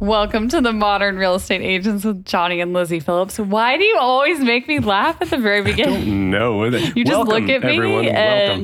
Welcome to the Modern Real Estate Agents with Johnny and Lizzie Phillips. Why do you always make me laugh at the very beginning? No, You just look at me everyone. Welcome.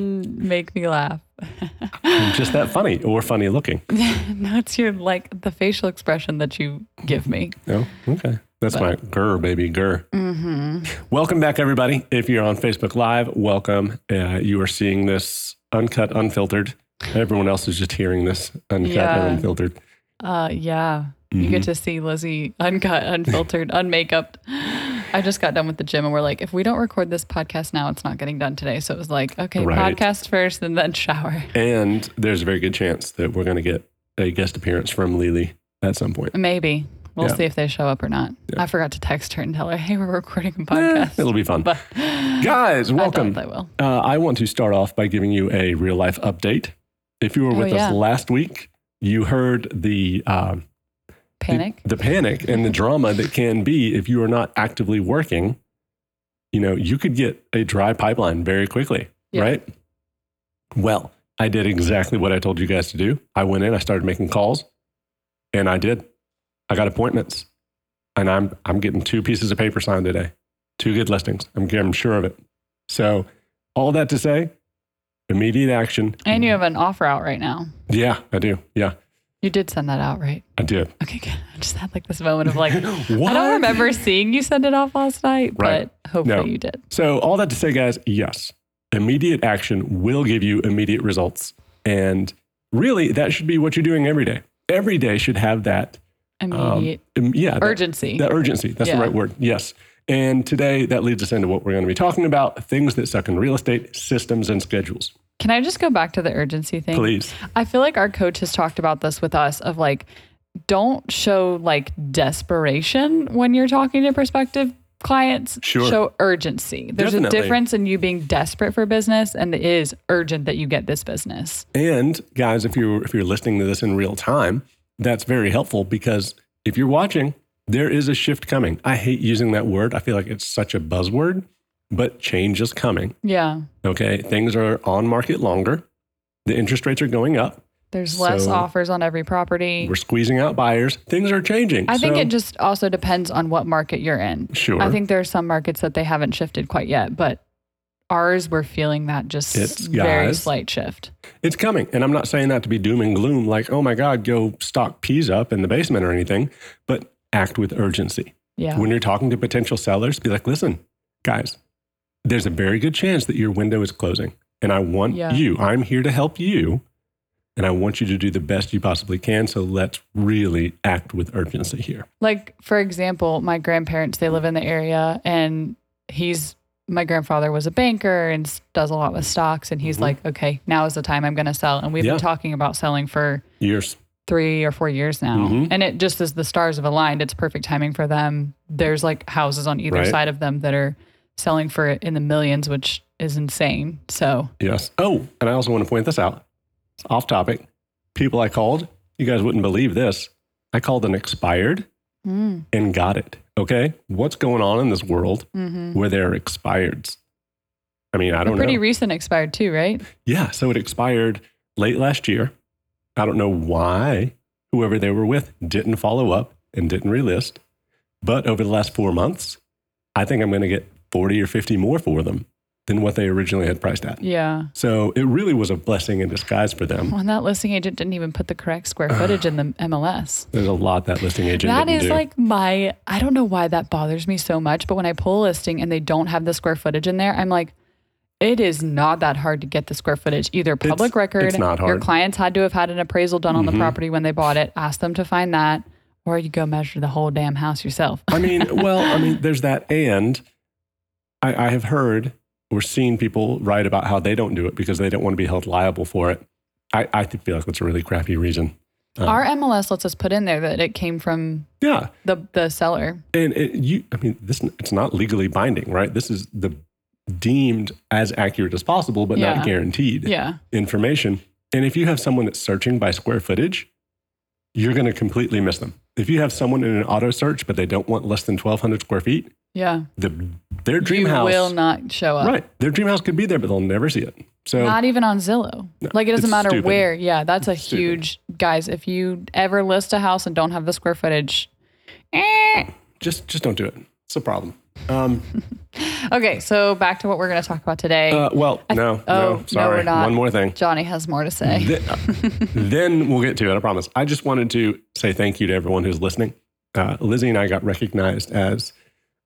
and make me laugh. I'm just that funny or funny looking. No, it's your like the facial expression that you give me. No, Oh, okay. That's my grr, baby, grr. Welcome back, everybody. If you're on Facebook Live, welcome. Uh, you are seeing this uncut, unfiltered. Everyone else is just hearing this uncut Yeah. and unfiltered. Uh, yeah, you Mm-hmm. get to see Lizzie uncut, unfiltered, unmakeuped. I just got done with the gym, and we're like, if we don't record this podcast now, it's not getting done today. So it was like, okay, Right. podcast first, and then shower. And there's a very good chance that we're going to get a guest appearance from Lily at some point. Maybe we'll Yeah. see if they show up or not. I forgot to text her and tell her, hey, we're recording a Eh, podcast. it'll be fun. but Guys, I welcome. doubt they will. Uh, I want to start off by giving you a real life update. If you were Oh, with yeah. us last week, you heard the, uh, Panic. the the panic and the drama that can be if you are not actively working. You know, you could get a dry pipeline very quickly, Yeah. right? Well, I did exactly what I told you guys to do. I went in, I started making calls, and I did. I got appointments, and I'm I'm getting two pieces of paper signed today, two good listings. I'm I'm sure of it. So, all that to say, immediate action. And you have an offer out right now. Yeah, I do. Yeah, You did send that out, right? I did. Okay, good. I just had like this moment of like, I What? don't remember seeing you send it off last night, Right. but hopefully No. you did. So, all that to say, guys, yes, immediate action will give you immediate results. And really, that should be what you're doing every day. Every day should have that. um, Immediate im- yeah, that, urgency. that urgency. That's Yeah. the right word. Yes. And today, that leads us into what we're going to be talking about things that suck in real estate, systems, and schedules. Can I just go back to the urgency thing? Please. I feel like our coach has talked about this with us of like, don't show like desperation when you're talking to prospective clients. Sure. Show urgency. There's Definitely. a difference in you being desperate for business and it is urgent that you get this business. And guys, if you're if you're listening to this in real time, that's very helpful because if you're watching, there is a shift coming. I hate using that word. I feel like it's such a buzzword, but change is coming. Yeah. Okay. Things are on market longer. The interest rates are going up. There's less So- offers on every property. We're squeezing out buyers. Things are changing. I think So- it just also depends on what market you're in. Sure. I think there are some markets that they haven't shifted quite yet, but ours, we're feeling that just It's- very guys. slight shift. it's coming. And I'm not saying that to be doom and gloom, like, oh my God, go stock peas up in the basement or anything, but act with urgency. Yeah. When you're talking to potential sellers, be like, listen, guys, there's a very good chance that your window is closing. And I want Yeah. you, I'm here to help you. And I want you to do the best you possibly can. So let's really act with urgency here. Like, for example, my grandparents, they live in the area and he's, my grandfather was a banker and s- does a lot with stocks. And he's Mhm. like, okay, now is the time I'm going to sell. And we've Yeah. been talking about selling for Years. three or four years now. Mhm. And it just as the stars have aligned, it's perfect timing for them. There's like houses on either Right. side of them that are selling for in the millions, which is insane. So Yes. Oh, and I also want to point this out. It's off topic. People I called, you guys wouldn't believe this. I called an expired and got it. Okay. What's going on in this world where there are expireds? I mean, I don't pretty know. recent expired too, right? yeah. So it expired late last year. I don't know why whoever they were with didn't follow up and didn't relist. But over the last four months, I think I'm going to get 40 or 50 more for them than what they originally had priced at. Yeah. So it really was a blessing in disguise for them. Well, and that listing agent didn't even put the correct square footage in the MLS. There's a lot that listing agent That didn't is do. like my, I don't know why that bothers me so much, but when I pull a listing and they don't have the square footage in there, I'm like, it is not that hard to get the square footage. Either public record, it's not your hard. Mm-hmm. clients had to have had an appraisal done on the property when they bought it, ask them to find that, or you go measure the whole damn house yourself. I mean, well, I mean, there's that, and I, I have heard or seen people write about how they don't do it because they don't want to be held liable for it. I, I think- feel like that's a really crappy reason. Uh, Our MLS lets us put in there that it came from yeah, the, the seller. and it, you, I mean, this it's not legally binding, right? This is the deemed as accurate as possible, but Yeah. not guaranteed. Yeah. information. And if you have someone that's searching by square footage, you're going to completely miss them. If you have someone in an auto search, but they don't want less than 1,200 square feet, Yeah. the, their dream you house, will not show up. right? Their dream house could be there, but they'll never see it. So Not even on Zillow. like it doesn't it's matter stupid. where. Yeah, that's a stupid. huge guys. If you ever list a house and don't have the square footage, eh. just just don't do it. It's a problem. Um, okay. So back to what we're going to talk about today. uh, well, no, oh, no, no, sorry. we're not. One more thing. Johnny has more to say. Th- uh, then we'll get to it. I promise. I just wanted to say thank you to everyone who's listening. Uh, Lizzie and I got recognized as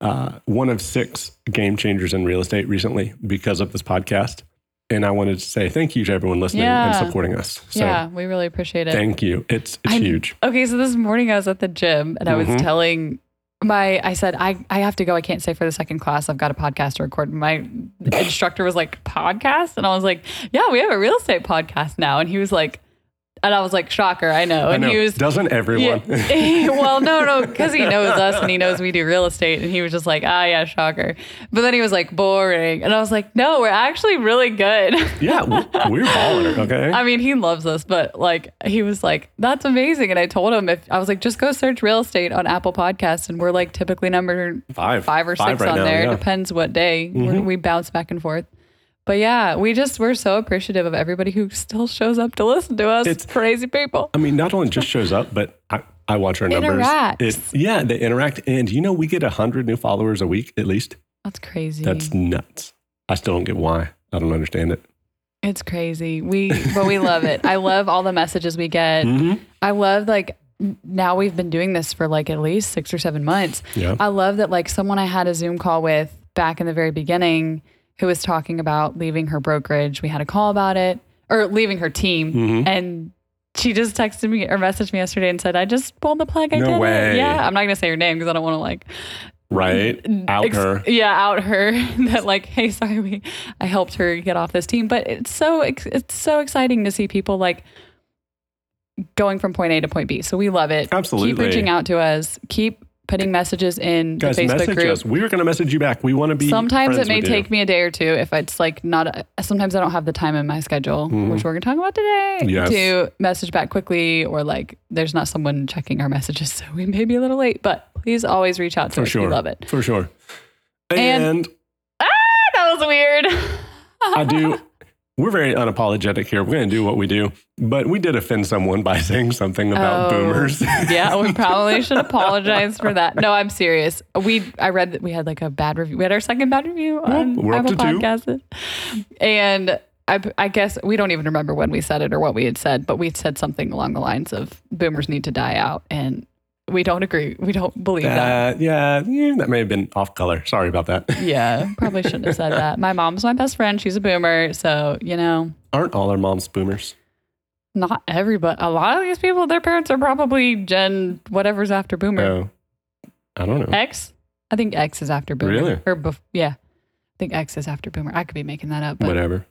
uh, one of six game changers in real estate recently because of this podcast. And I wanted to say thank you to everyone listening Yeah. and supporting us. So yeah, we really appreciate it. thank you. It's it's I'm- huge. Okay, so this morning I was at the gym and I was Mhm. telling my I said I I have to go. I can't stay for the second class. I've got a podcast to record. My instructor was like, "Podcast?" And I was like, "Yeah, we have a real estate podcast now." And he was like and I was like, "Shocker, I know." I And know. he was Doesn't everyone? yeah. well, no, no, because he knows us and he knows we do real estate. And he was just like, ah, yeah, shocker. But then he was like, boring. And I was like, no, we're actually really good. yeah, we- we're ballers. Okay. I mean, he loves us, but like, he was like, that's amazing. And I told him, if I was like, just go search real estate on Apple Podcasts. And we're like typically number five, five or six right on now, there. yeah. Mm-hmm. Depends what day We're- we bounce back and forth. But yeah, we just, we're so appreciative of everybody who still shows up to listen to us. It's It's- crazy people. I mean, not only just shows up, but I, I watch our numbers. Interacts. It, yeah, they interact. And you know, we get 100 new followers a week at least. That's crazy. That's nuts. I still don't get why. I don't understand it. It's crazy. We but we love it. I love all the messages we get. Mm-hmm. I love like n- now we've been doing this for like at least 6 or 7 months. Yeah. I love that like someone I had a Zoom call with back in the very beginning who was talking about leaving her brokerage. We had a call about it or leaving her team Mhm. and she just texted me or messaged me yesterday and said, "I just pulled the plug. I No did it." way. Yeah, I'm not gonna say her name because I don't want to like Right? Out Mm, ex- her. Yeah, out her. that like, hey, sorry, we, I helped her get off this team. But it's so ex- it's so exciting to see people like going from point A to point B. So we love it. Keep Absolutely. reaching out to us. Keep putting messages in Guys, the Facebook message group. us. We are going to message you back. We want to be. Sometimes it friends may with you. take me a day or two if it's like not. A, sometimes I don't have the time in my schedule, which we're gonna talk about today, Mm-hmm. Yes. to message back quickly or like there's not someone checking our messages, so we may be a little late. But please always reach out to For us. sure. We love it. For sure. And- And That was weird. I do. We're very unapologetic here. We're going to do what we do, but we did offend someone by saying something about Oh. boomers. yeah, we probably should apologize for that. No, I'm serious. We I read that we had like a bad review. We had our second bad review on we're up Apple to two. Podcasts, and I, I guess we don't even remember when we said it or what we had said, but we had said something along the lines of "boomers need to die out," and we don't agree. We don't believe that. Uh, yeah, yeah, that may have been off color. Sorry about that. Yeah, probably shouldn't have said that. My mom's my best friend. She's a boomer, so you know, Aren't all our moms boomers? not everybody. A lot of these people, their parents are probably Gen whatever's after boomer. No. I don't know. X? I think X is after Boomer. Really? Or bef- yeah. I think X is after Boomer. I could be making that up. But Whatever.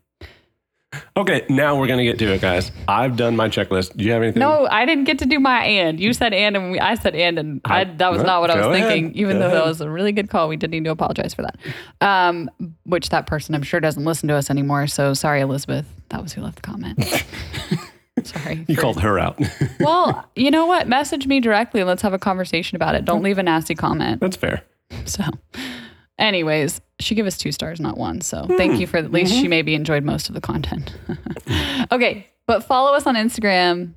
Okay, now we're going to get to it, guys. I've done my checklist. Do you have anything? no, I didn't get to do my and. You said and, and we, I said and, and I, I- that was no, not what I was go ahead. thinking. Even Go though that ahead. was a really good call, we did need to apologize for that. Um, which that person, I'm sure, doesn't listen to us anymore. So sorry, Elizabeth. That was who left the comment. sorry. You for- called her out. well, you know what? Message me directly and let's have a conversation about it. Don't leave a nasty comment. That's fair. So, anyways, she gave us two stars, not one. So, Hmm. thank you for at least she Mm-hmm. maybe enjoyed most of the content. Mm. okay, but follow us on Instagram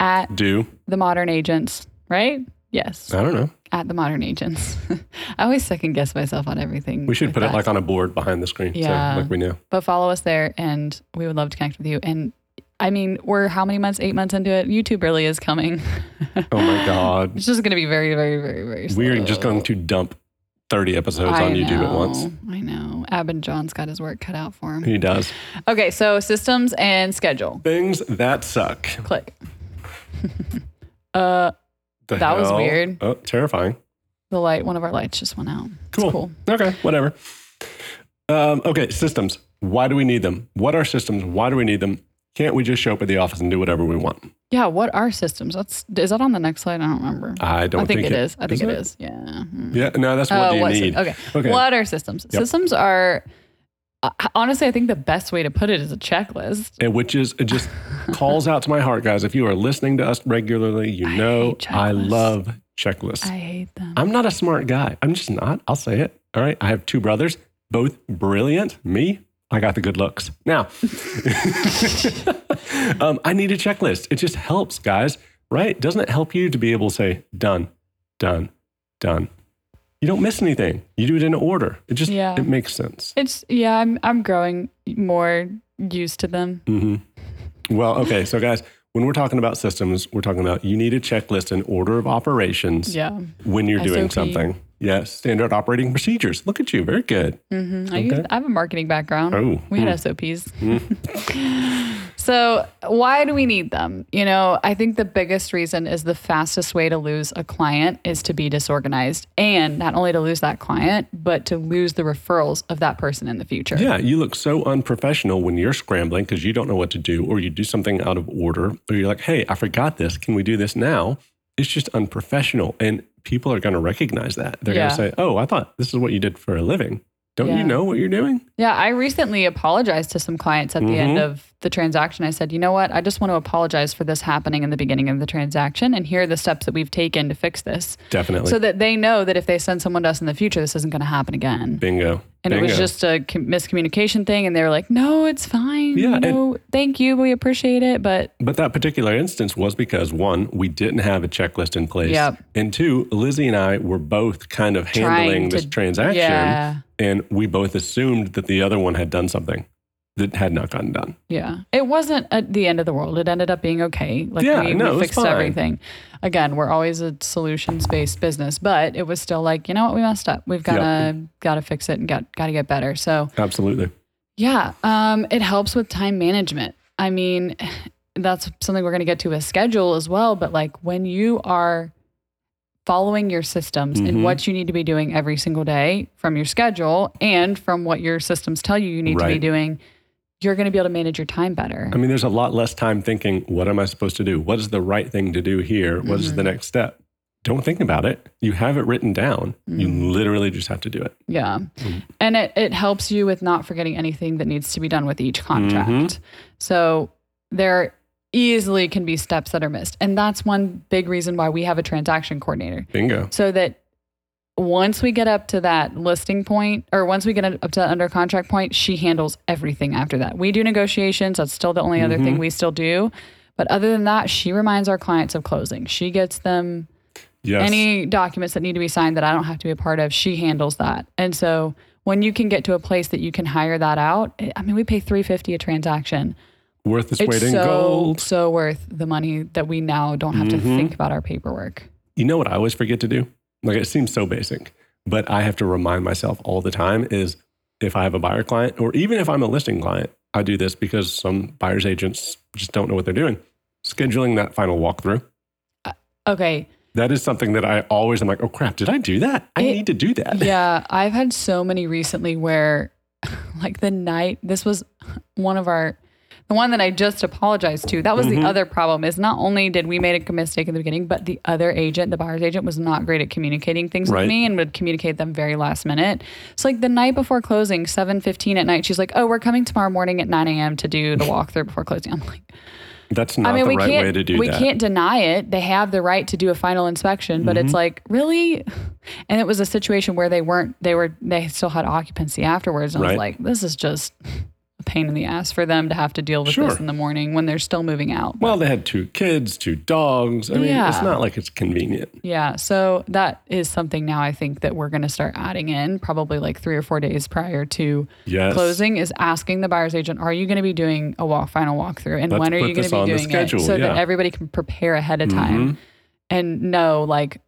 at Do the Modern Agents, right? Yes, I don't know. at the Modern Agents. I always second guess myself on everything. We should with put that. it like on a board behind the screen. Yeah. So, like we know. But follow us there, and we would love to connect with you. And I mean, we're how many months? Eight months into it. YouTube really is coming. Oh my God. It's just going to be very, very, very, very. We're just slow. going to dump 30 episodes I on YouTube at once. know, I know. Abin John's got his work cut out for him. He does. Okay, so systems and schedule. Things that suck. Click. uh, The That was hell? weird. Oh, terrifying. the light. One of our lights just went out. It's Cool. cool. Okay, whatever. Um, okay, systems. Why do we need them? What are systems? Why do we need them? Can't we just show up at the office and do whatever we want? Yeah. What are systems? That's is that on the next slide? I don't remember. I don't I think, it is. I think Isn't it is. Yeah. Mhm. Yeah, no, that's what Oh, do you what sys- need. Okay. Okay. What are systems? Yep. Systems are uh, honestly, I think the best way to put it is a checklist. And which is it just calls out to my heart, guys. If you are listening to us regularly, you I know hate I checklists. love checklists. I hate them. I'm not a smart guy. I'm just not. I'll say it. All right. I have two brothers, both brilliant. Me, I got the good looks. Now, um, I need a checklist. It just helps, guys, right? Doesn't it help you to be able to say, done, done, done? You don't miss anything. You do it in order. It just Yeah. it makes sense. It's yeah, I'm I'm growing more used to them. hmm Well, okay, so guys, when we're talking about systems, we're talking about you need a checklist and order of operations Yeah. when you're doing SOP. something. Yes, standard operating procedures. Look at you, very good. hmm I, used, I have a marketing background. Oh, Hmm. We had SOPs. so, why do we need them? You know, I think the biggest reason is the fastest way to lose a client is to be disorganized. And not only to lose that client, but to lose the referrals of that person in the future. Yeah, you look so unprofessional when you're scrambling because you don't know what to do, or you do something out of order, or you're like, hey, I forgot this. Can we do this now? It's just unprofessional. And people are going to recognize that. They're Yeah. going to say, oh, I thought this is what you did for a living. Don't Yeah. you know what you're doing? Yeah, I recently apologized to some clients at the end Mhm. of the transaction. I said, you know what? I just want to apologize for this happening in the beginning of the transaction. And here are the steps that we've taken to fix this Definitely. so that they know that if they send someone to us in the future, this isn't going to happen again. Bingo. And Bingo. it was just a com- miscommunication thing. And they were like, no, it's fine. Yeah, You and- know, thank you. We appreciate it. But But that particular instance was because one, we didn't have a checklist in place. Yep. And two, Lizzie and I were both kind of handling Trying to- this transaction. yeah. And we both assumed that the other one had done something that had not gotten done. Yeah. It wasn't at the end of the world. It ended up being okay. Like Yeah, we, no, it we was fixed fine. everything. Again, we're always a solutions based business, but it was still like, you know what, we messed up. We've gotta gotta fix it and got gotta get better. So Absolutely. yeah. Um it helps with time management. I mean, that's something we're gonna get to with schedule as well. But like when you are following your systems Mhm. and what you need to be doing every single day from your schedule and from what your systems tell you you need to be Right. doing, you're gonna be able to manage your time better. I mean, there's a lot less time thinking, what am I supposed to do? What is the right thing to do here? What is the Mm-hmm. next step? Don't think about it. You have it written down. Mm. You literally just have to do it. Yeah. mm-hmm. And it, it helps you with not forgetting anything that needs to be done with each contract. Mm-hmm. So there easily can be steps that are missed. And that's one big reason why we have a transaction coordinator Bingo. so that once we get up to that listing point or once we get up to that under contract point, she handles everything after that. We do negotiations. That's still the only other thing Mm-hmm. we still do. But other than that, she reminds our clients of closing. She gets them Yes. any documents that need to be signed that I don't have to be a part of, she handles that. And so when you can get to a place that you can hire that out, I- I mean, we pay three fifty a transaction. Worth its, It's weight in so gold. Mm-hmm. so worth the money that we now don't have to think about our paperwork. You know what I always forget to do? Like it seems so basic, but I have to remind myself all the time is if I have a buyer client or even if I'm a listing client, I do this because some buyer's agents just don't know what they're doing. Scheduling that final walkthrough. Okay, That is something that I always am like, oh crap, did I do that? I It- need to do that. yeah, I've had so many recently where, like the night this was one of our. The one that I just apologized to, that was the other problem is not only did we make a mistake in the beginning, but the other agent, the buyer's agent, was not great at communicating things Right. with me and would communicate them very last minute. So like the night before closing, 7.15 at night, she's like, oh, we're coming tomorrow morning at 9 a.m. to do the walkthrough before closing. I'm like, That's not I mean, the we right can't way to do we that. can't deny it. They have the right to do a final inspection, but Mm-hmm. it's like really, and it was a situation where they weren't. They were they still had occupancy afterwards, and I Right. was like, this is just a pain in the ass for them to have to deal with Sure. this in the morning when they're still moving out. Well, they had two kids, two dogs. I mean, it's Yeah. not like it's convenient. Yeah, so that is something now. I think that we're going to start adding in probably like three or four days prior to Yes. closing is asking the buyer's agent, are you going to be doing a walk, final walkthrough? And Let's when are put you going this to be on the doing schedule, it? So yeah. Mm-hmm. that everybody can prepare ahead of time and know, like,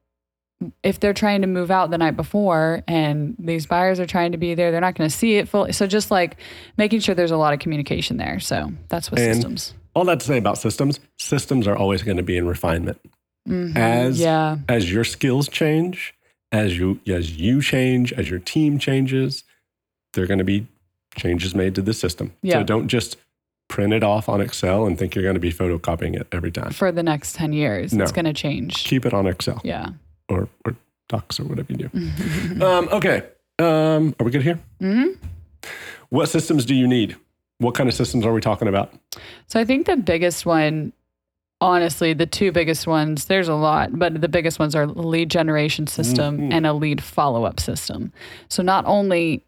if they're trying to move out the night before and these buyers are trying to be there, they're not going to see it fully. So just like making sure there's a lot of communication there. So that's what And- systems. All that to say about systems, systems are always going to be in refinement. As Mm-hmm. Yeah. as your skills change, as you as you change, as your team changes, there are going to be changes made to the system. So Yeah. don't just print it off on Excel and think you're going to be photocopying it every time. For the next 10 years, No. it's going to change. Keep it on Excel Yeah. or, or Docs or whatever you do. um, okay. Um, are we good here? Mhm. What systems do you need? What kind of systems are we talking about? So I think the biggest one, honestly, the two biggest ones, there's a lot, but the biggest ones are Mm-hmm. lead generation system and a lead follow up system. So not only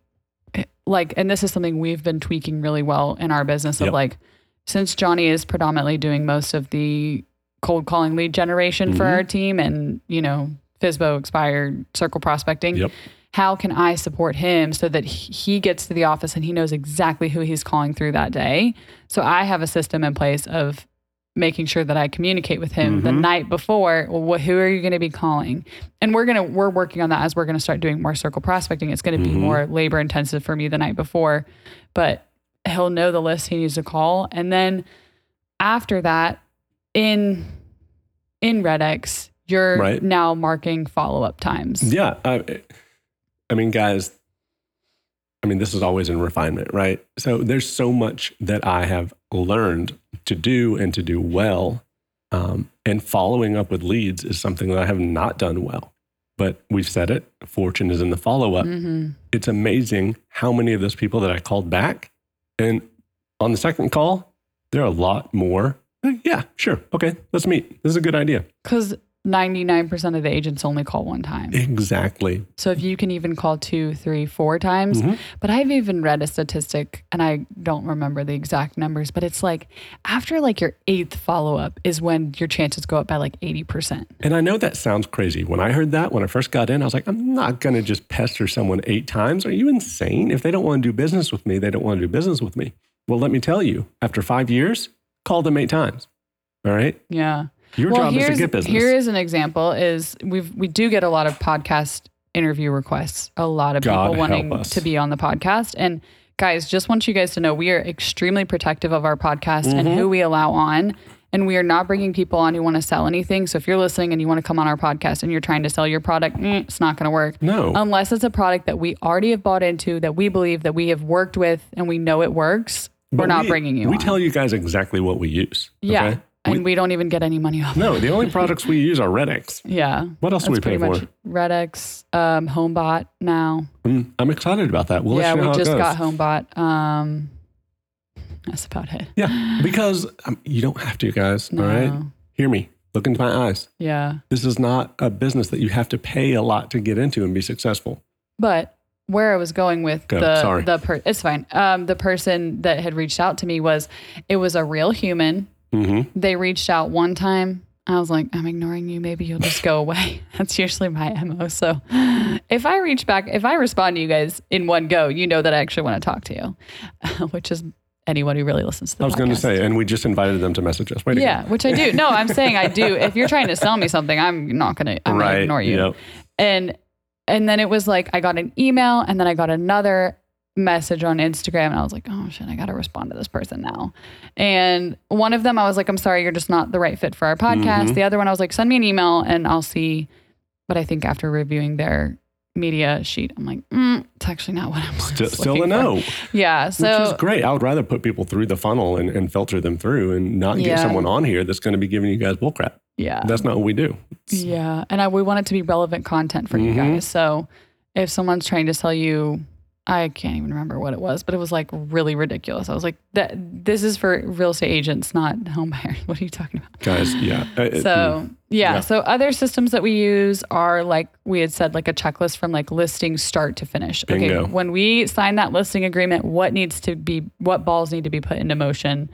like, and this is something we've been tweaking really well in our business of Yep. like, since Johnny is predominantly doing most of the cold calling lead generation for Mhm. our team and, you know, FISBO expired circle prospecting. Yep. How can I support him so that he he gets to the office and he knows exactly who he's calling through that day? So I have a system in place of making sure that I communicate with him the Mhm. night before. Well, wh- who are you going to be calling? And we're gonna we're working on that as we're gonna start doing more circle prospecting. It's gonna be Mhm. more labor intensive for me the night before, but he'll know the list he needs to call, and then after that, in in Red X, you're Right. now marking follow up times. Yeah. I, I mean, guys, I mean, this is always in refinement, right? So there's so much that I have learned to do and to do well. Um, and following up with leads is something that I have not done well. But we've said it fortune is in the follow up. hmm It's amazing how many of those people that I called back. And on the second call, there are a lot more. "Eh, Yeah, sure. Okay, let's meet. This is a good idea. Because 99% of the agents only call one time. Exactly. So if you can even call two, three, four times, Mhm. but I've even read a statistic and I don't remember the exact numbers, but it's like after like your eighth follow up is when your chances go up by like 80%. And I know that sounds crazy. When I heard that, when I first got in, I was like, I'm not going to just pester someone eight times. Are you insane? If they don't want to do business with me, they don't want to do business with me. Well, let me tell you, after five years, call them eight times. All right. Yeah. Your job is to here's- get business. Here is an example is we've we do get a lot of podcast interview requests. A lot of God people help wanting us. to be on the podcast. And guys, just want you guys to know we are extremely protective of our podcast and Mm-hmm. who we allow on. And we are not bringing people on who want to sell anything. So if you're listening and you want to come on our podcast and you're trying to sell your product, mm, it's not going to work. no. Unless it's a product that we already have bought into, that we believe that we have worked with and we know it works, But we're not we- bringing you We on. tell you guys exactly what we use. yeah. okay? And we, don't even get any money off. it. No, the only products we use are Red X. Yeah. What else do we pay for? Redex, um, Homebot now. Mm, I'm excited about that. We'll yeah, let you know we how just it goes. got Homebot. Um, that's about it. yeah, because um, you don't have to, guys. All right. No. Hear me. Look into my eyes. Yeah, This is not a business that you have to pay a lot to get into and be successful. but where I was going with Go, the sorry. the per- it's fine. Um, the person that had reached out to me was it was a real human. Mm-hmm. They reached out one time. I was like, I'm ignoring you. Maybe you'll just go away. That's usually my mo. So if I reach back, if I respond to you guys in one go, you know that I actually want to talk to you, which is anyone who really listens to. The I was going to podcast. say, and we just invited them to message us. Wait a Yeah, which I do. No, I'm saying I do. If you're trying to sell me something, I'm not gonna I'm gonna right. ignore you. Yep. And and then it was like I got an email and then I got another message on Instagram and I was like, oh shit, I gotta respond to this person now. And one of them I was like, I'm sorry, you're just not the right fit for our podcast. Mhm. The other one I was like, send me an email and I'll see. But I think after reviewing their media sheet, I'm like, mm, it's actually not what I'm Still, still looking a for. no, Yeah. which is So great. I would rather put people through the funnel and, and filter them through and not get Yeah. someone on here that's going to be giving you guys bullcrap. yeah. That's not what we do. Yeah, and I we want it to be relevant content for you Mhm. guys. So if someone's trying to sell you, I can't even remember what it was, but it was like really ridiculous. I was like, "That this is for real estate agents, not home buyers. What are you talking about?" Guys, yeah. Uh, I- it- So yeah, Yeah. so other systems that we use are like we had said, like a checklist from like listing start to finish. Bingo. Okay, when we sign that listing agreement, what needs to be, what balls need to be put into motion?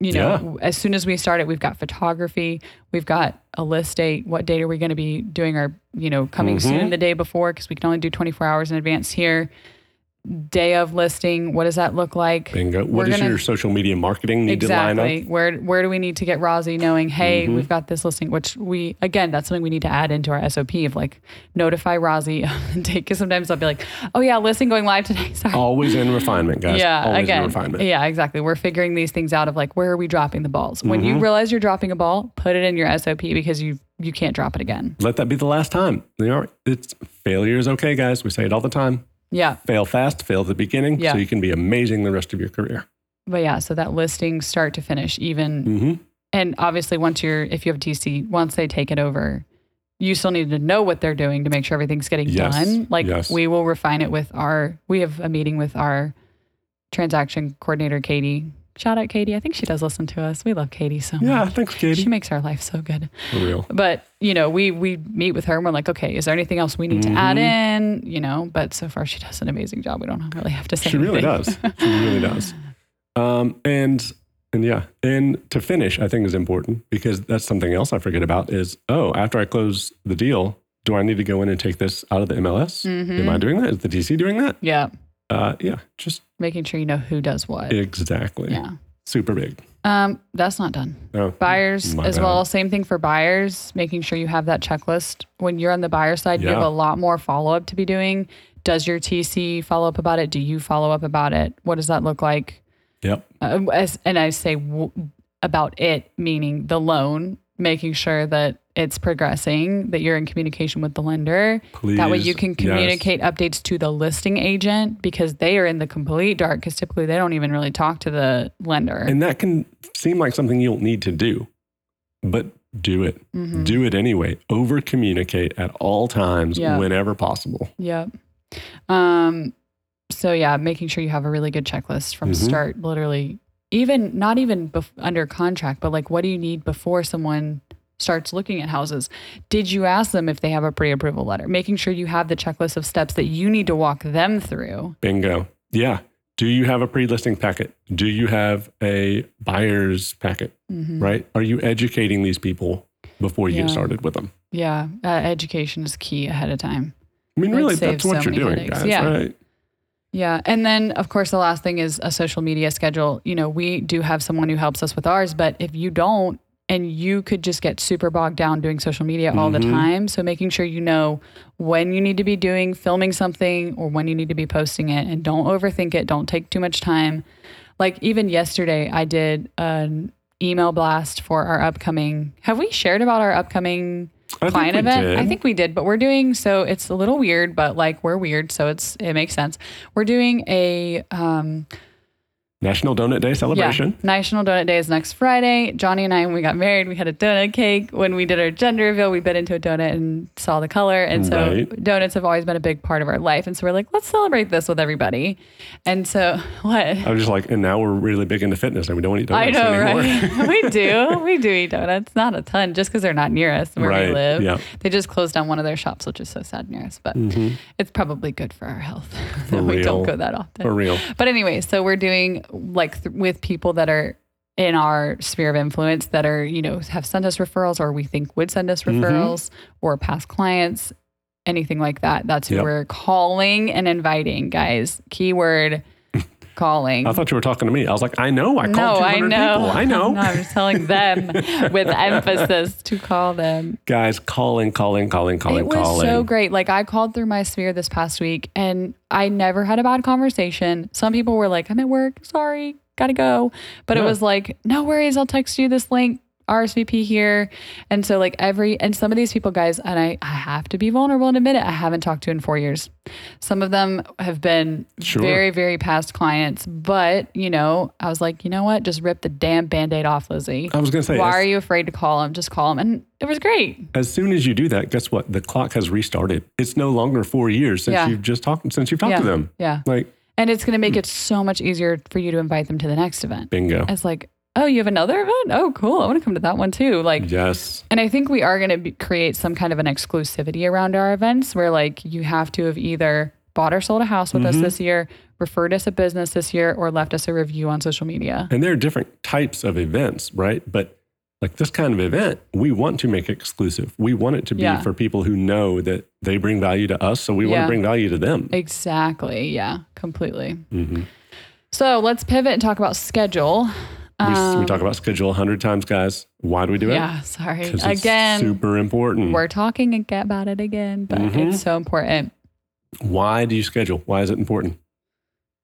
You know, Yeah. w- as soon as we start it, we've got photography, we've got a list date. What date are we going to be doing our, you know, coming soon Mhm. the day before? Because we can only do 24 hours in advance here. Day of listing, what does that look like? bingo. We're What does gonna- your social media marketing need to line exactly up? Mm-hmm. where where do we need to get Rosie knowing hey we've got this listing which we again that's something we need to add into our SOP of like notify Rosie and take because sometimes I'll be like oh yeah listing going live today sorry Always in refinement, guys. yeah Always again in refinement. yeah exactly we're figuring these things out of like where are we dropping the balls when Mm-hmm. you realize you're dropping a ball put it in your SOP because you you can't drop it again Let that be the last time. You know, It's failure is okay, guys. We say it all the time. yeah Fail fast, fail at the beginning, Yeah. so you can be amazing the rest of your career. but yeah so that listing start to finish even Mm-hmm. and obviously once you're if you have a TC, once they take it over, you still need to know what they're doing to make sure everything's getting Yes, done. Like yes. we will refine it with our we have a meeting with our transaction coordinator Katie Shout out Katie. I think she does listen to us. We love Katie so much. Yeah, thanks, Katie. She makes our life so good. For real. But, you know, we we meet with her and we're like, okay, is there anything else we Mm-hmm. need to add in? You know, but so far she does an amazing job. We don't really have to say She really anything. does. She really does. Um, and and yeah, and to finish, I think is important because that's something else I forget about is oh, after I close the deal, do I need to go in and take this out of the MLS? Mm-hmm. Am I doing that? Is the DC doing that? Yeah. Uh, yeah, just Making sure you know who does what. exactly. Yeah. Super big. Um, that's not done. Oh, Buyers My as bad. well. Same thing for buyers, making sure you have that checklist. When you're on the buyer side, you have Yeah. a lot more follow up to be doing. Does your TC follow up about it? Do you follow up about it? What does that look like? Yep. Uh, as, and I say w- about it, meaning the loan, making sure that it's progressing, that you're in communication with the lender. Please. That way you can Yes. communicate updates to the listing agent because they are in the complete dark because typically they don't even really talk to the lender. And that can seem like something you don't need to do, but do it. Mm-hmm. Do it anyway. Over communicate at all times, Yeah. whenever possible. Yep. Um, so yeah, making sure you have a really good checklist from Mhm. start, literally, even not even bef- under contract, but like, what do you need before someone starts looking at houses? Did you ask them if they have a pre-approval letter? Making sure you have the checklist of steps that you need to walk them through. Bingo. Yeah. Do you have a pre listing packet? Do you have a buyer's packet? Right? Are you educating these people before you Mm-hmm. Yeah. get started with them? Yeah, uh, education is key ahead of time. I mean, Would really, save that's so what you're many doing, headaches. guys, Yeah. right? Yeah. And then, of course, the last thing is a social media schedule. You know, we do have someone who helps us with ours, but if you don't, and you could just get super bogged down doing social media all the Mhm. time. So, making sure you know when you need to be doing filming something or when you need to be posting it, and don't overthink it. Don't take too much time. Like, even yesterday, I did an email blast for our upcoming. Have we shared about our upcoming I think client we event. I did. think we did, but we're doing so it's a little weird, but like we're weird, so it's it makes sense. We're doing a um National Donut Day celebration. yeah, National Donut Day is next Friday. Johnny and I when we got married, we had a donut cake. When we did our gender reveal, we bit into a donut and saw the color. And so Right. donuts have always been a big part of our life. And so we're like, let's celebrate this with everybody. And so what? I was just like, and now we're really big into fitness and we don't eat donuts I know, anymore. right? we do. We do eat donuts. Not a ton, just because they're not near us where Right, we live. yeah. Mm-hmm. They just closed down one of their shops, which is so sad near us, but it's probably good for our health. For we don't real. go that often. For real. But anyway, so we're doing like th- with people that are in our sphere of influence that are, you know, have sent us referrals or we think would send us Mm-hmm. referrals or past clients, anything like that. That's who Yep. we're calling and inviting, guys. Keyword calling. I thought you were talking to me. I was like, I know. I called No, 200 I know. people. I know. no, I'm just telling them with emphasis to call them. Guys, calling, calling, calling, calling, it was calling. so great. Like I called through my sphere this past week, and I never had a bad conversation. Some people were like, "I'm at work. Sorry, gotta go," but it Yeah. was like, "No worries. I'll text you this link." RSVP here. And so, like, every, and some of these people, guys, and I, I have to be vulnerable and admit it, I haven't talked to in four years. Some of them have been Sure. very, very past clients, but, you know, I was like, you know what? Just rip the damn band aid off, Lizzie. I was going to say, Why as, are you afraid to call him? Just call him. And it was great. as soon as you do that, guess what? The clock has restarted. It's no longer four years since Yeah. you've just talked, since you've talked yeah. to them. Yeah. Like, And it's going to Hmm. make it so much easier for you to invite them to the next event. bingo. It's like, oh, you have another event? Oh, cool. I want to come to that one too. Like, Yes. and I think we are going to be, create some kind of an exclusivity around our events where, like, you have to have either bought or sold a house with us Mm-hmm. this year, referred us a business this year, or left us a review on social media. And there are different types of events, right? But like this kind of event, we want to make exclusive. We want it to be Yeah. for people who know that they bring value to us. So we want Yeah. to bring value to them. Exactly. Yeah. Completely. Mhm. So let's pivot and talk about schedule. We, s- we Um, talk about schedule a hundred times, guys. Why do we do it? Yeah, sorry. 'Cause it's Again, super important. we're talking ag- about it again, but Mhm. it's so important. Why do you schedule? Why is it important?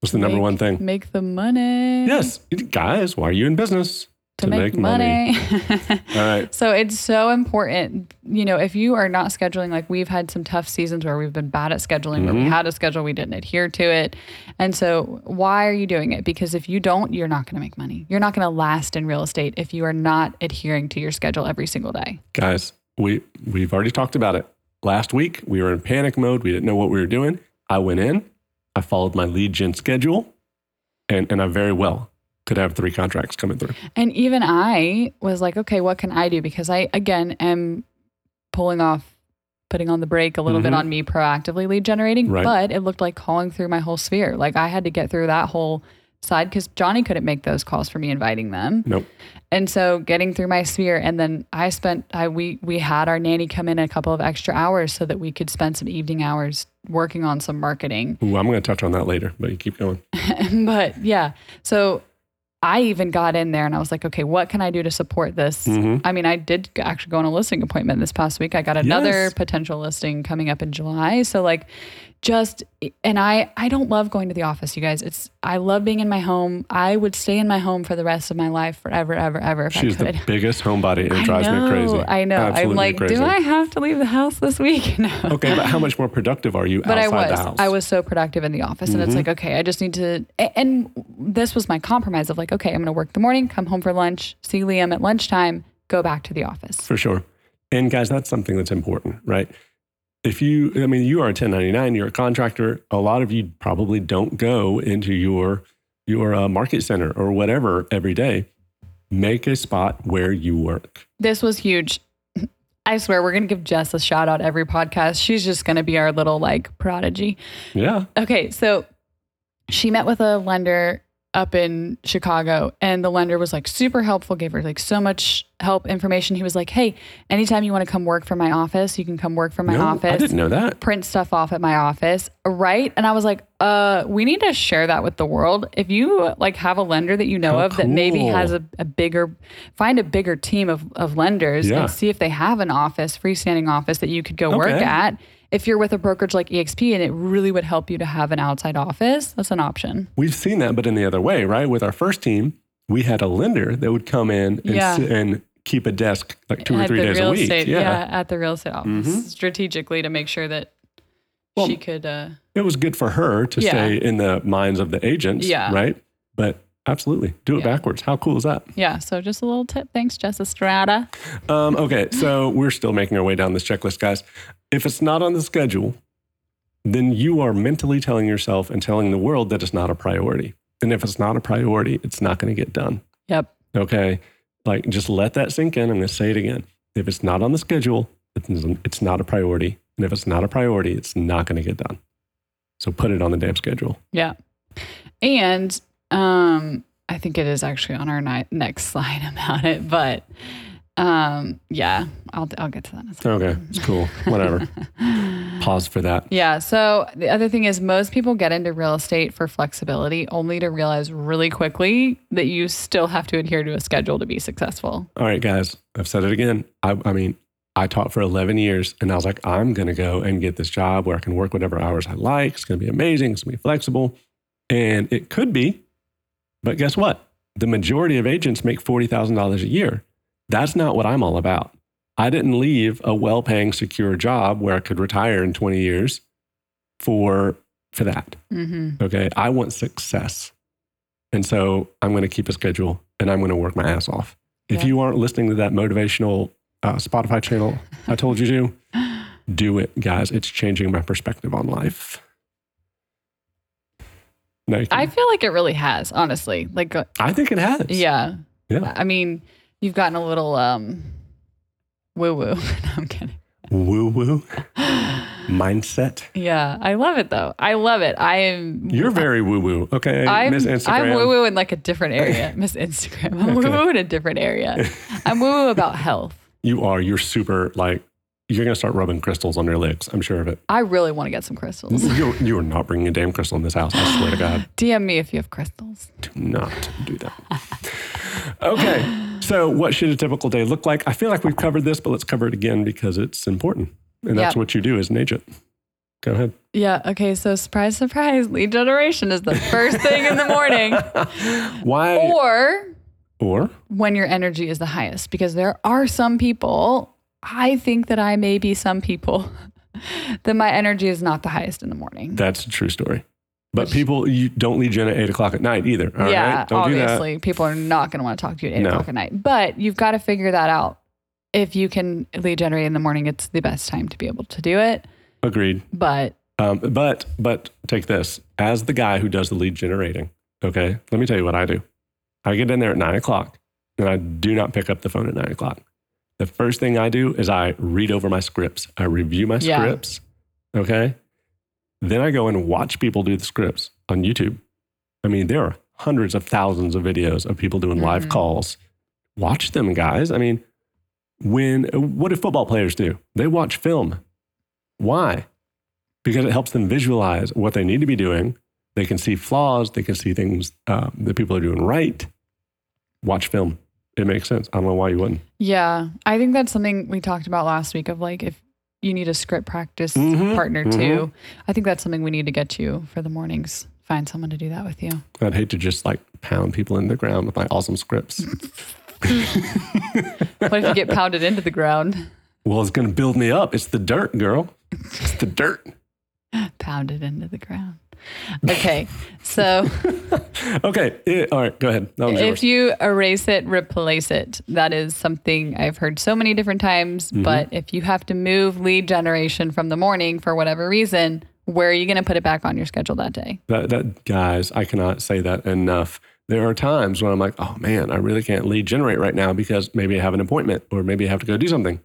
What's the number Make- one thing? Make the money. Yes, guys, why are you in business? To, make, money. All right. so it's so important. You know, if you are not scheduling, like we've had some tough seasons where we've been bad at scheduling, where we Mhm. had a schedule, we didn't adhere to it. And so why are you doing it? Because if you don't, you're not going to make money. You're not going to last in real estate if you are not adhering to your schedule every single day. Guys, we we've already talked about it. Last week we were in panic mode. We didn't know what we were doing. I went in, I followed my lead gen schedule, and, and I very well could have three contracts coming through. And even I was like, okay, what can I do? Because I, again, am pulling off, putting on the brake a little bit Mhm. on me proactively lead generating. Right. But it looked like calling through my whole sphere. Like I had to get through that whole side because Johnny couldn't make those calls for me inviting them. Nope. And so getting through my sphere. And then I spent, I, we, we had our nanny come in a couple of extra hours so that we could spend some evening hours working on some marketing. Ooh, I'm going to touch on that later, but you keep going. but yeah, so I even got in there and I was like, okay, what can I do to support this? Mhm. I mean, I did actually go on a listing appointment this past week. I got another Yes. potential listing coming up in July. So like just and I I don't love going to the office, you guys. It's I love being in my home. I would stay in my home for the rest of my life forever ever ever if She's I could. the biggest homebody and it drives I know, me crazy. I know. Absolutely I'm like, crazy. do I have to leave the house this week? No. Okay, but how much more productive are you But I outside was, the house? Mm-hmm. I was so productive in the office, and it's like, okay, I just need to. a- And this was my compromise of like, okay, I'm going to work the morning, come home for lunch, see Liam at lunchtime, go back to the office. For sure. And guys, that's something that's important, right? If you, I mean, you are a 1099, you're a contractor. A lot of you probably don't go into your your uh, market center or whatever every day. Make a spot where you work. This was huge. I swear, we're going to give Jess a shout out every podcast. She's just going to be our little like prodigy. Yeah, Okay, so she met with a lender up in Chicago, and the lender was like super helpful, gave her like so much help information. He was like, hey, anytime you want to come work from my office, you can come work from my No, office. I didn't know that. print stuff off at my office, right? And I was like, uh, we need to share that with the world. If you like have a lender that you know How of that maybe Oh, cool. has a, a bigger, find a bigger team of, of lenders Yeah. and see if they have an office, freestanding office that you could go work Okay. at. If you're with a brokerage like EXP and it really would help you to have an outside office, that's an option. We've seen that, but in the other way, right? With our first team, we had a lender that would come in and, Yeah. sit and keep a desk like two or at three the days real a week. estate, yeah. Mm-hmm. at the real estate office strategically to make sure that Well, she could. Uh, it was good for her to Yeah. stay in the minds of the agents, Yeah. right? But absolutely, do it Yeah. backwards. How cool is that? yeah. So just a little tip. Thanks, Jess Estrada. Um, okay, so we're still making our way down this checklist, guys. If it's not on the schedule, then you are mentally telling yourself and telling the world that it's not a priority. And if it's not a priority, it's not going to get done. Yep. Okay, like just let that sink in. I'm going to say it again. If it's not on the schedule, it's it's not a priority. And if it's not a priority, it's not going to get done. So put it on the damn schedule. Yeah. And um I think it is actually on our ni- next slide about it, but um yeah, I'll I'll get to that. In a second. Okay, it's cool. Whatever. Pause for that. Yeah, so the other thing is most people get into real estate for flexibility only to realize really quickly that you still have to adhere to a schedule to be successful. All right, guys, I've said it again. I, I mean, I taught for 11 years and I was like, I'm going to go and get this job where I can work whatever hours I like. It's going to be amazing. It's going to be flexible. And it could be. But guess what? The majority of agents make $40,000 a year. That's not what I'm all about. I didn't leave a well paying, secure job where I could retire in 20 years for, for that. Mhm. Okay. I want success. And so I'm going to keep a schedule and I'm going to work my ass off. If Yeah. you aren't listening to that motivational uh, Spotify channel I told you to, do it, guys. It's changing my perspective on life. No, you I can't. feel like it really has, honestly. Like uh, I think it has. yeah. Yeah. I mean, you've gotten a little um woo woo. I'm kidding. Woo woo. Mindset. Yeah, I love it though. I love it. I am. You're very woo woo. Okay. I'm, Miss Instagram. I'm woo woo in like a different area. Miss Instagram. I'm woo woo in a different area. I'm woo woo about health. You are. You're super like, you're going to start rubbing crystals on your legs. I'm sure of it. I really want to get some crystals. You're, you're not bringing a damn crystal in this house. I swear to God. DM me if you have crystals. not do that. okay. So, what should a typical day look like? I feel like we've covered this, but let's cover it again because it's important. And that's Yep. what you do as an agent. Go ahead. Yeah. Okay. So surprise, surprise. Lead generation is the first thing in the morning, Why? Or, or when your energy is the highest, because there are some people. I think that I may be some people that my energy is not the highest in the morning. that's a true story. But people, you don't lead gen at eight o'clock at night either. All yeah, right? Don't obviously, people are not going to want to talk to you at eight No. o'clock at night. But you've got to figure that out. If you can lead generate in the morning, it's the best time to be able to do it. do that. Agreed. But Um, but, but take this as the guy who does the lead generating. Okay. Let me tell you what I do. I get in there at nine o'clock and I do not pick up the phone at nine o'clock. The first thing I do is I read over my scripts. I review my Yeah. scripts. Okay. Then I go and watch people do the scripts on YouTube. I mean, there are hundreds of thousands of videos of people doing live Mhm. calls. Watch them, guys. I mean, when what do football players do? They watch film. Why? Because it helps them visualize what they need to be doing. They can see flaws. They can see things uh, that people are doing right. Watch film. It makes sense. I don't know why you wouldn't. Yeah. I think that's something we talked about last week of like if you need a script practice Mhm, partner too. I think that's something we need to get you for the mornings. Find someone to do that with you. I'd hate to just like pound people in the ground with my awesome scripts. What if you get pounded into the ground? well, it's going to build me up. It's the dirt, girl. It's the dirt. Pounded into the ground. Okay. So Okay. eh, all right. Go ahead. That was yours. if you erase it, replace it. That is something I've heard so many different times. Mm-hmm. But if you have to move lead generation from the morning for whatever reason, where are you going to put it back on your schedule that day? That, that guys, I cannot say that enough. There are times when I'm like, oh man, I really can't lead generate right now because maybe I have an appointment or maybe I have to go do something.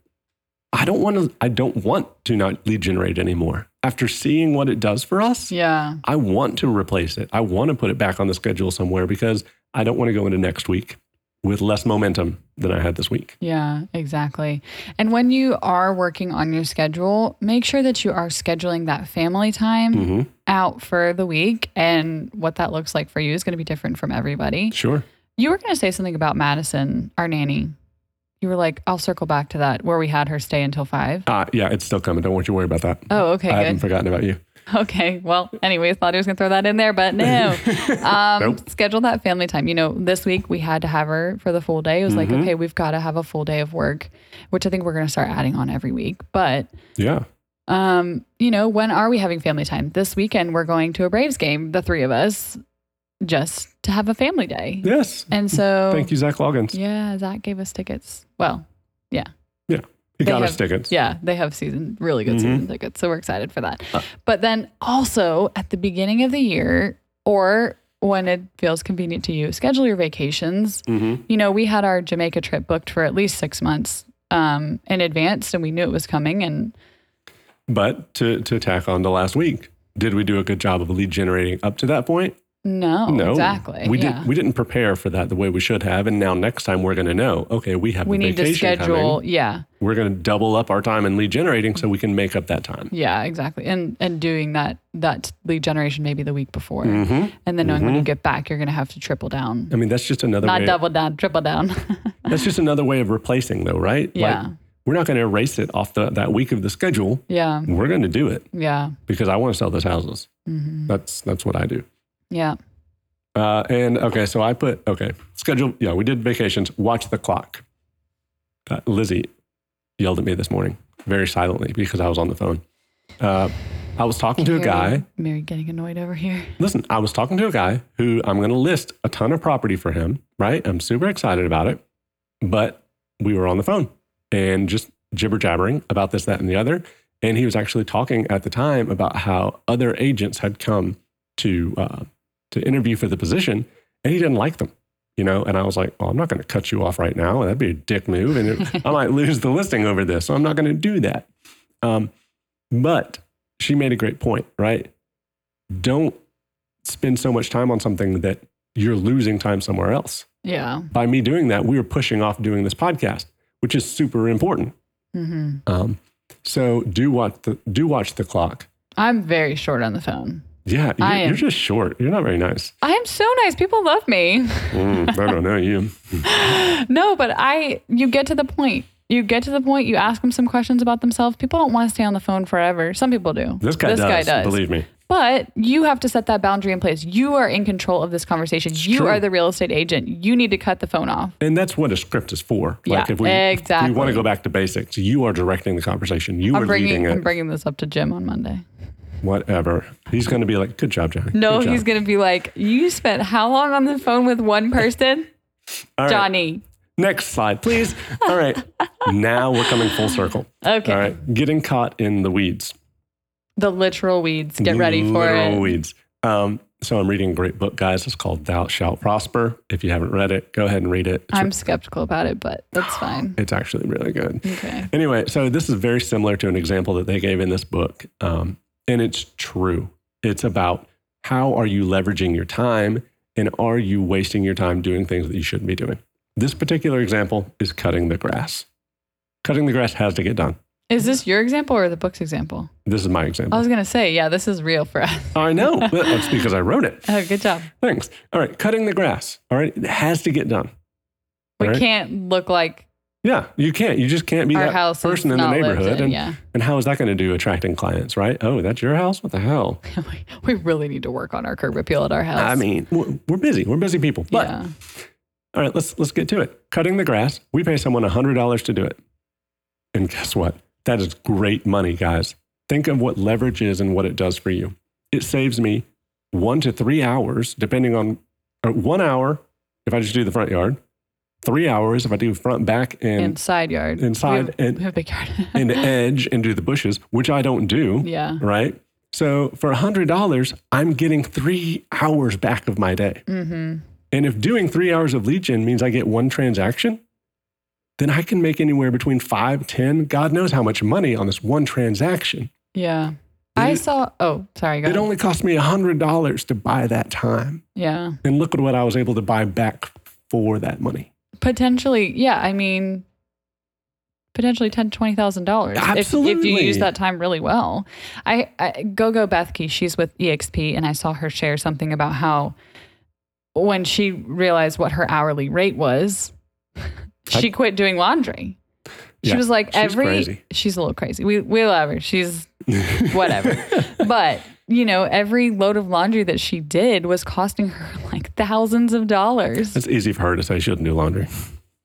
I don't want to. I don't want to not lead generate anymore. After seeing what it does for us, Yeah. I want to replace it. I want to put it back on the schedule somewhere because I don't want to go into next week with less momentum than I had this week. Yeah, exactly. And when you are working on your schedule, make sure that you are scheduling that family time hmm out for the week. And what that looks like for you is going to be different from everybody. Sure. You were going to say something about Madison, our nanny. You were like, I'll circle back to that where we had her stay until five. Uh, yeah, it's still coming. Don't want you to worry about that. Oh, okay, I haven't good. forgotten about you. Okay. Well, anyways, thought he was going to throw that in there, but no. Um, Nope. Schedule that family time. You know, this week we had to have her for the full day. It was like, Mhm. okay, we've got to have a full day of work, which I think we're going to start adding on every week. But Yeah. um, you know, when are we having family time? This weekend, we're going to a Braves game, the three of us, just to have a family day. Yes. And so, Thank you, Zach Loggins. Oh. yeah, Zach gave us tickets. Well, He They got us have- tickets. yeah, they have season, really good Mhm. season tickets. So we're excited for that. Uh. but then also at the beginning of the year or when it feels convenient to you, schedule your vacations hmm you know, we had our Jamaica trip booked for at least six months um, in advance, and we knew it was coming. And But to, to tack on to last week, did we do a good job of lead generating up to that point? no, no. Oh, exactly. We, yeah. did, we didn't prepare for that the way we should have. And now next time we're going to know, okay, we have we a need to vacation schedule. coming. Yeah. We're going to double up our time in lead generating so we can make up that time. Yeah, exactly. And and doing that that lead generation maybe the week before. hmm And then knowing when you get back, you're gonna have to triple down. I mean, that's just another Not way. double down, triple down. That's just another way of replacing, though, right? Yeah. Like, we're not going to erase it off the, that week of the schedule. yeah. We're going to do it Yeah. because I want to sell those houses. hmm That's that's what I do. Yeah. Uh, and okay, so I put okay schedule. Yeah, we did vacations. Watch the clock. Uh, Lizzie yelled at me this morning very silently because I was on the phone. Uh, I was talking to a Mary- guy. Mary getting annoyed over here. Listen, I was talking to a guy who I'm going to list a ton of property for him. Right, I'm super excited about it. But we were on the phone and just jibber jabbering about this, that, and the other. And he was actually talking at the time about how other agents had come to uh, to interview for the position, and he didn't like them. You know, and I was like, "Well, I'm not going to cut you off right now. That'd be a dick move, and it, I might lose the listing over this. So I'm not going to do that." Um, but she made a great point, right? Don't spend so much time on something that you're losing time somewhere else. Yeah. By me doing that, we were pushing off doing this podcast, which is super important. hmm Um, so do watch the do watch the clock. I'm very short on the phone. Yeah, I you're, am- you're just short. You're not very nice. I am so nice. People love me. Mm, I don't know you. No, but I, you get to the point. You get to the point. You ask them some questions about themselves. People don't want to stay on the phone forever. Some people do. This guy, does, Believe me. but you have to set that boundary in place. You are in control of this conversation. you true. are the real estate agent. You need to cut the phone off. And that's what a script is for. like Yeah, if we, exactly. we want to go back to basics, you are directing the conversation. You are I'm bringing, leading I'm it. bringing this up to Jim on Monday. Whatever. He's going to be like, "Good job, Johnny." No, Good job." he's going to be like, You spent how long on the phone with one person? All right. Johnny. Next slide, please. All right. now we're coming full circle. Okay. All right. Getting caught in the weeds. The literal weeds. Get ready for Literal it. weeds. Um, So I'm reading a great book, guys. It's called Thou Shalt Prosper. If you haven't read it, go ahead and read it. It's, I'm skeptical about it, but that's fine. it's actually really good. Okay. Anyway, so this is very similar to an example that they gave in this book. Um, and it's true. It's about how are you leveraging your time and are you wasting your time doing things that you shouldn't be doing? This particular example is cutting the grass. Cutting the grass has to get done. Is this your example or the book's example? This is my I example. was gonna say, yeah, this is real for us. I know. but That's because I wrote it. Oh, good job. Thanks. All right. Cutting the grass. All right. It has to get done. We Right. can't look like Yeah. You can't. You just can't be our that house person in the not lived neighborhood. in, and, yeah, and how is that going to do attracting clients, right? Oh, that's your house? What the hell? we really need to work on our curb appeal at our house. I mean, we're, we're busy. We're busy people. But yeah, all right, let's let's get to it. Cutting the grass. We pay someone hundred dollars to do it, and guess what? That is great money, guys. Think of what leverage is and what it does for you. It saves me one to three hours, depending on or one hour if I just do the front yard, three hours if I do front back and and side yard, We inside have- and- we have big yard. and edge and do the bushes, which I don't do. yeah, Right. So for hundred dollars, I'm getting three hours back of my day. mm-hmm. And if doing three hours of lead gen means I get one transaction, then I can make anywhere between five, 10, God knows how much money on this one transaction. yeah. I It- saw. Oh, sorry, go It ahead. only cost me $100 to buy that time. yeah. And look at what I was able to buy back for that money. potentially yeah i mean potentially ten twenty thousand dollars if, if you Absolutely. use that time really well i, I go go bethke she's with exp and i saw her share something about how when she realized what her hourly rate was she quit doing laundry she Yeah, was like she's every crazy. she's a little crazy we, we love her she's whatever but you know every load of laundry that she did was costing her like thousands of dollars It's easy for her to say she doesn't do laundry.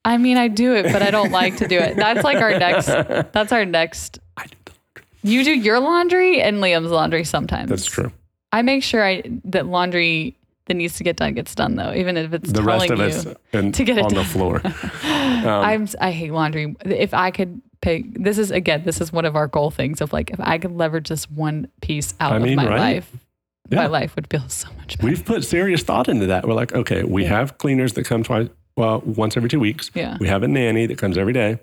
I mean, I do it, but I don't like to do it. That's like our next. That's our next. I do the laundry. You do your laundry and Liam's laundry sometimes. That's true. I make sure I that laundry that needs to get done gets done though, even if it's The rest telling of you. it's um, in, to get it on the done. floor. I'm. I hate laundry. If I could pick, this is again, this is one of our goal things of like, if I could leverage this one piece out I mean, of my right? life, my Yeah. life would feel so much better. We've put serious thought into that. We're like, okay, we have cleaners that come twice, well, once every two weeks. yeah. We have a nanny that comes every day.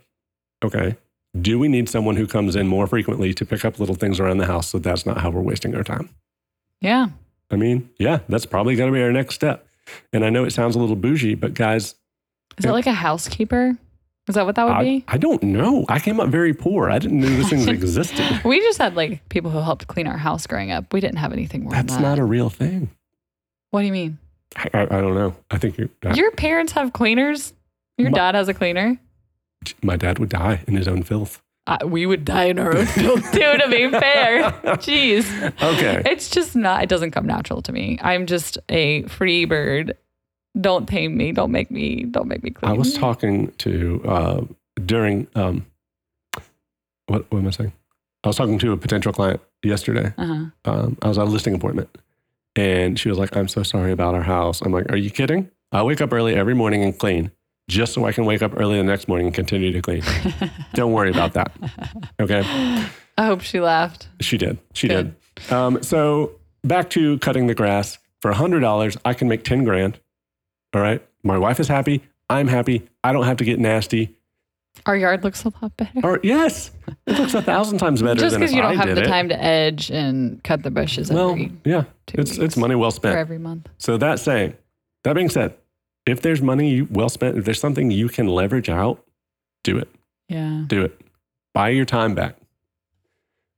Okay. Do we need someone who comes in more frequently to pick up little things around the house so that's not how we're wasting our time? Yeah. I mean, yeah, that's probably going to be our next step. And I know it sounds a little bougie, but guys, Is it like a housekeeper? Is that what that would I, be? I don't know. I came up very poor. I didn't know these things existed. We just had like people who helped clean our house growing up. We didn't have anything more. That's than that. not a real thing. What do you mean? I, I, I don't know. I think you're, I- Your parents have cleaners. Your Uh, My- dad has a cleaner. my dad would die in his own filth. Uh, we would die in our own field too, to be fair. Jeez. Okay. It's just not, it doesn't come natural to me. I'm just a free bird. Don't tame me. Don't make me, don't make me clean. I was talking to uh, during um, what, what am I saying? I was talking to a potential client yesterday. Uh-huh. Um, I was at a listing appointment, and she was like, "I'm so sorry about our house." I'm like, "Are you kidding? I wake up early every morning and clean, just so I can wake up early the next morning and continue to clean. Don't worry about that." Okay, I hope she laughed. she did. She did. Um, so back to cutting the grass for hundred dollars, I can make ten grand. All right, my wife is happy. I'm happy. I don't have to get nasty. Our yard looks a lot better. Or yes, it looks a thousand times better Just than because if you don't I have did the it. time to edge and cut the bushes Well, every, yeah, two it's weeks. it's money well or spent. every month. So that saying, that being said, if there's money you well spent, if there's something you can leverage out, do it. Yeah. Do it. Buy your time back.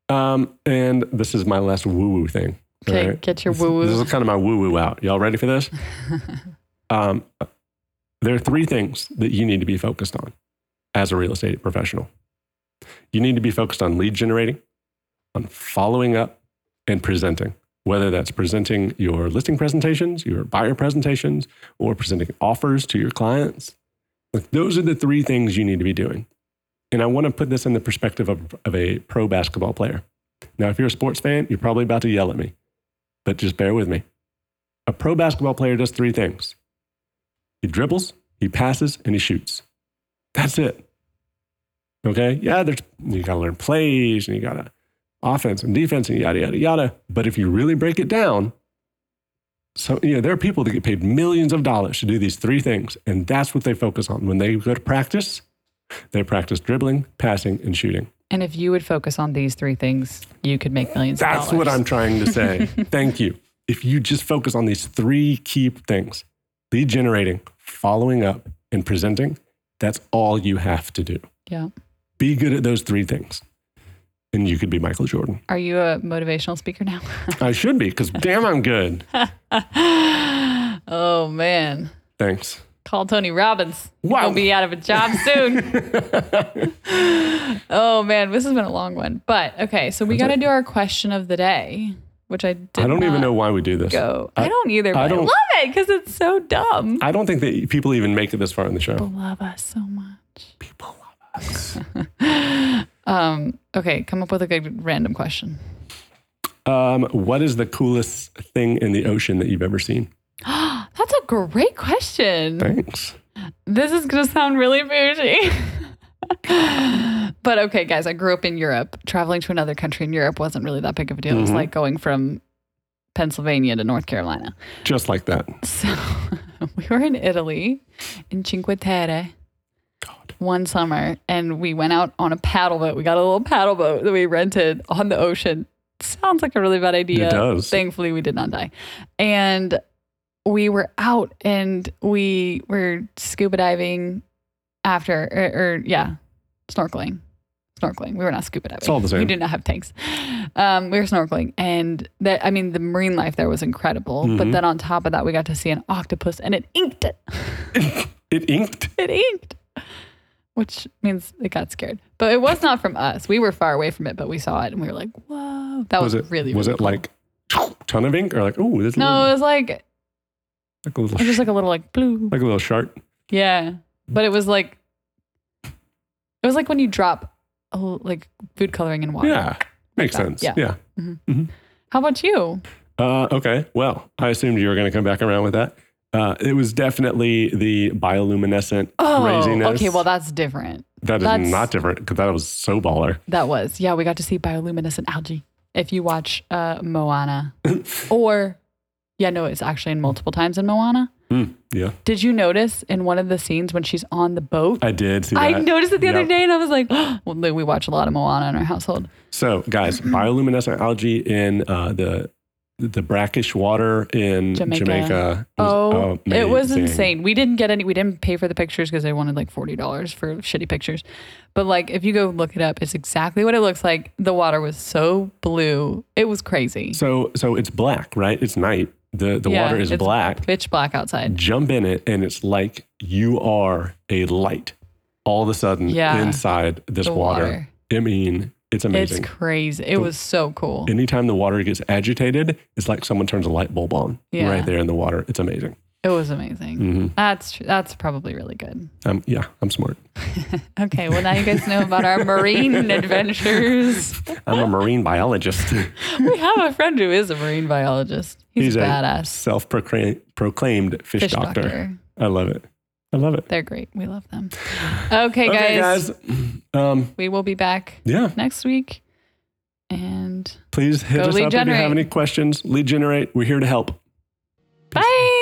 Um, and this is my last woo woo thing. all Okay. right? Get your This- woo This woo. is kind of my woo woo out. Y'all ready for this? um, there are three things that you need to be focused on as a real estate professional. You need to be focused on lead generating, on following up, and presenting, whether that's presenting your listing presentations, your buyer presentations, or presenting offers to your clients. Like those are the three things you need to be doing. And I want to put this in the perspective of, of a pro basketball player. Now, if you're a sports fan, you're probably about to yell at me, but just bear with me. A pro basketball player does three things he dribbles, he passes, and he shoots. That's it. Okay. Yeah, there's, you got to learn plays and you got to offense and defense and yada, yada, yada. But if you really break it down, So, you know, there are people that get paid millions of dollars to do these three things, and that's what they focus on. When they go to practice, they practice dribbling, passing, and shooting. And if you would focus on these three things, you could make millions. of That's what dollars. I'm trying to say. Thank you. If you just focus on these three key things lead generating, following up, and presenting, that's all you have to do. Yeah. Be good at those three things, and you could be Michael Jordan. Are you a motivational speaker now? I should be, because damn, I'm good. oh man, Thanks. call Tony Robbins. Wow. He'll be out of a job soon. oh man, this has been a long one. But okay, so we got to do our question of the day, which I did I don't not even know why we do this. Go. I, don't either. But I, don't- love it because it's so dumb. I don't think that people even make it this far in the show. love us so much. People love us. Um. Okay, come up with a good random question. Um, what is the coolest thing in the ocean that you've ever seen? That's a great question. Thanks. This is going to sound really bougie. but okay, guys, I grew up in Europe. Traveling to another country in Europe wasn't really that big of a deal. It was like going from Pennsylvania to North Carolina. Just like that. So we were in Italy, in Cinque Terre, God. one summer, and we went out on a paddle boat. We got a little paddle boat that we rented on the ocean. Sounds like a really bad idea. It does. Thankfully, we did not die. And we were out and we were scuba diving after, or, or yeah, snorkeling. Snorkeling. We were not scuba diving. It's all the We same. did not have tanks. Um, we were snorkeling, and that I mean, the marine life there was incredible. But Mhm. then on top of that, we got to see an octopus, and it inked it. It inked. It inked, which means it got scared. But it was not from us. We were far away from it, but we saw it, and we were like, "Whoa!" That was, Was it really. Was really it cool. like ton of ink or like oh this No, little, it was like it like a little was sh- just like a little like blue. like a little shark? Yeah, but it was like it was like when you drop a l- like food coloring in water. Yeah, makes that. sense. Yeah. Yeah. How about you? Uh, okay. Well, I assumed you were going to come back around with that. Uh, it was definitely the bioluminescent Oh, craziness. okay. Well, that's different. that that's- is not different because that was so baller. That was. Yeah, we got to see bioluminescent algae. If you watch uh, Moana or yeah, no, it's actually in multiple times in Moana. Mm, yeah, Did you notice in one of the scenes when she's on the boat? I did see I that. noticed it the other Yep. day and I was like, well, we watch a lot of Moana in our household. So, guys, bioluminescent algae in uh, the the brackish water in Jamaica. Jamaica. Oh, it was amazing. insane. We didn't get any, we didn't pay for the pictures because they wanted like $40 for shitty pictures. But like, if you go look it up, it's exactly what it looks like. The water was so blue. It was crazy. So, so it's black, right? It's night. the The Yeah, water is it's black. Pitch black outside. Jump in it, and it's like you are a light. All of a sudden, Yeah. inside this The water. water. I mean, it's amazing. It's crazy. It was so cool. Anytime the water gets agitated, it's like someone turns a light bulb on Yeah. right there in the water. It's amazing. It was amazing. hmm That's tr- that's probably really good. Um, yeah, I'm smart. Okay, well now you guys know about our marine adventures. I'm a marine biologist. We have a friend who is a marine biologist. He's, a badass self-proclaimed fish, fish doctor. doctor. I love it. I love it. They're great. We love them. Okay, okay, guys, guys. Um, we will be back yeah, next week. And please hit Go us lead up if you generate. have any questions. Lead generate. We're here to help. bye.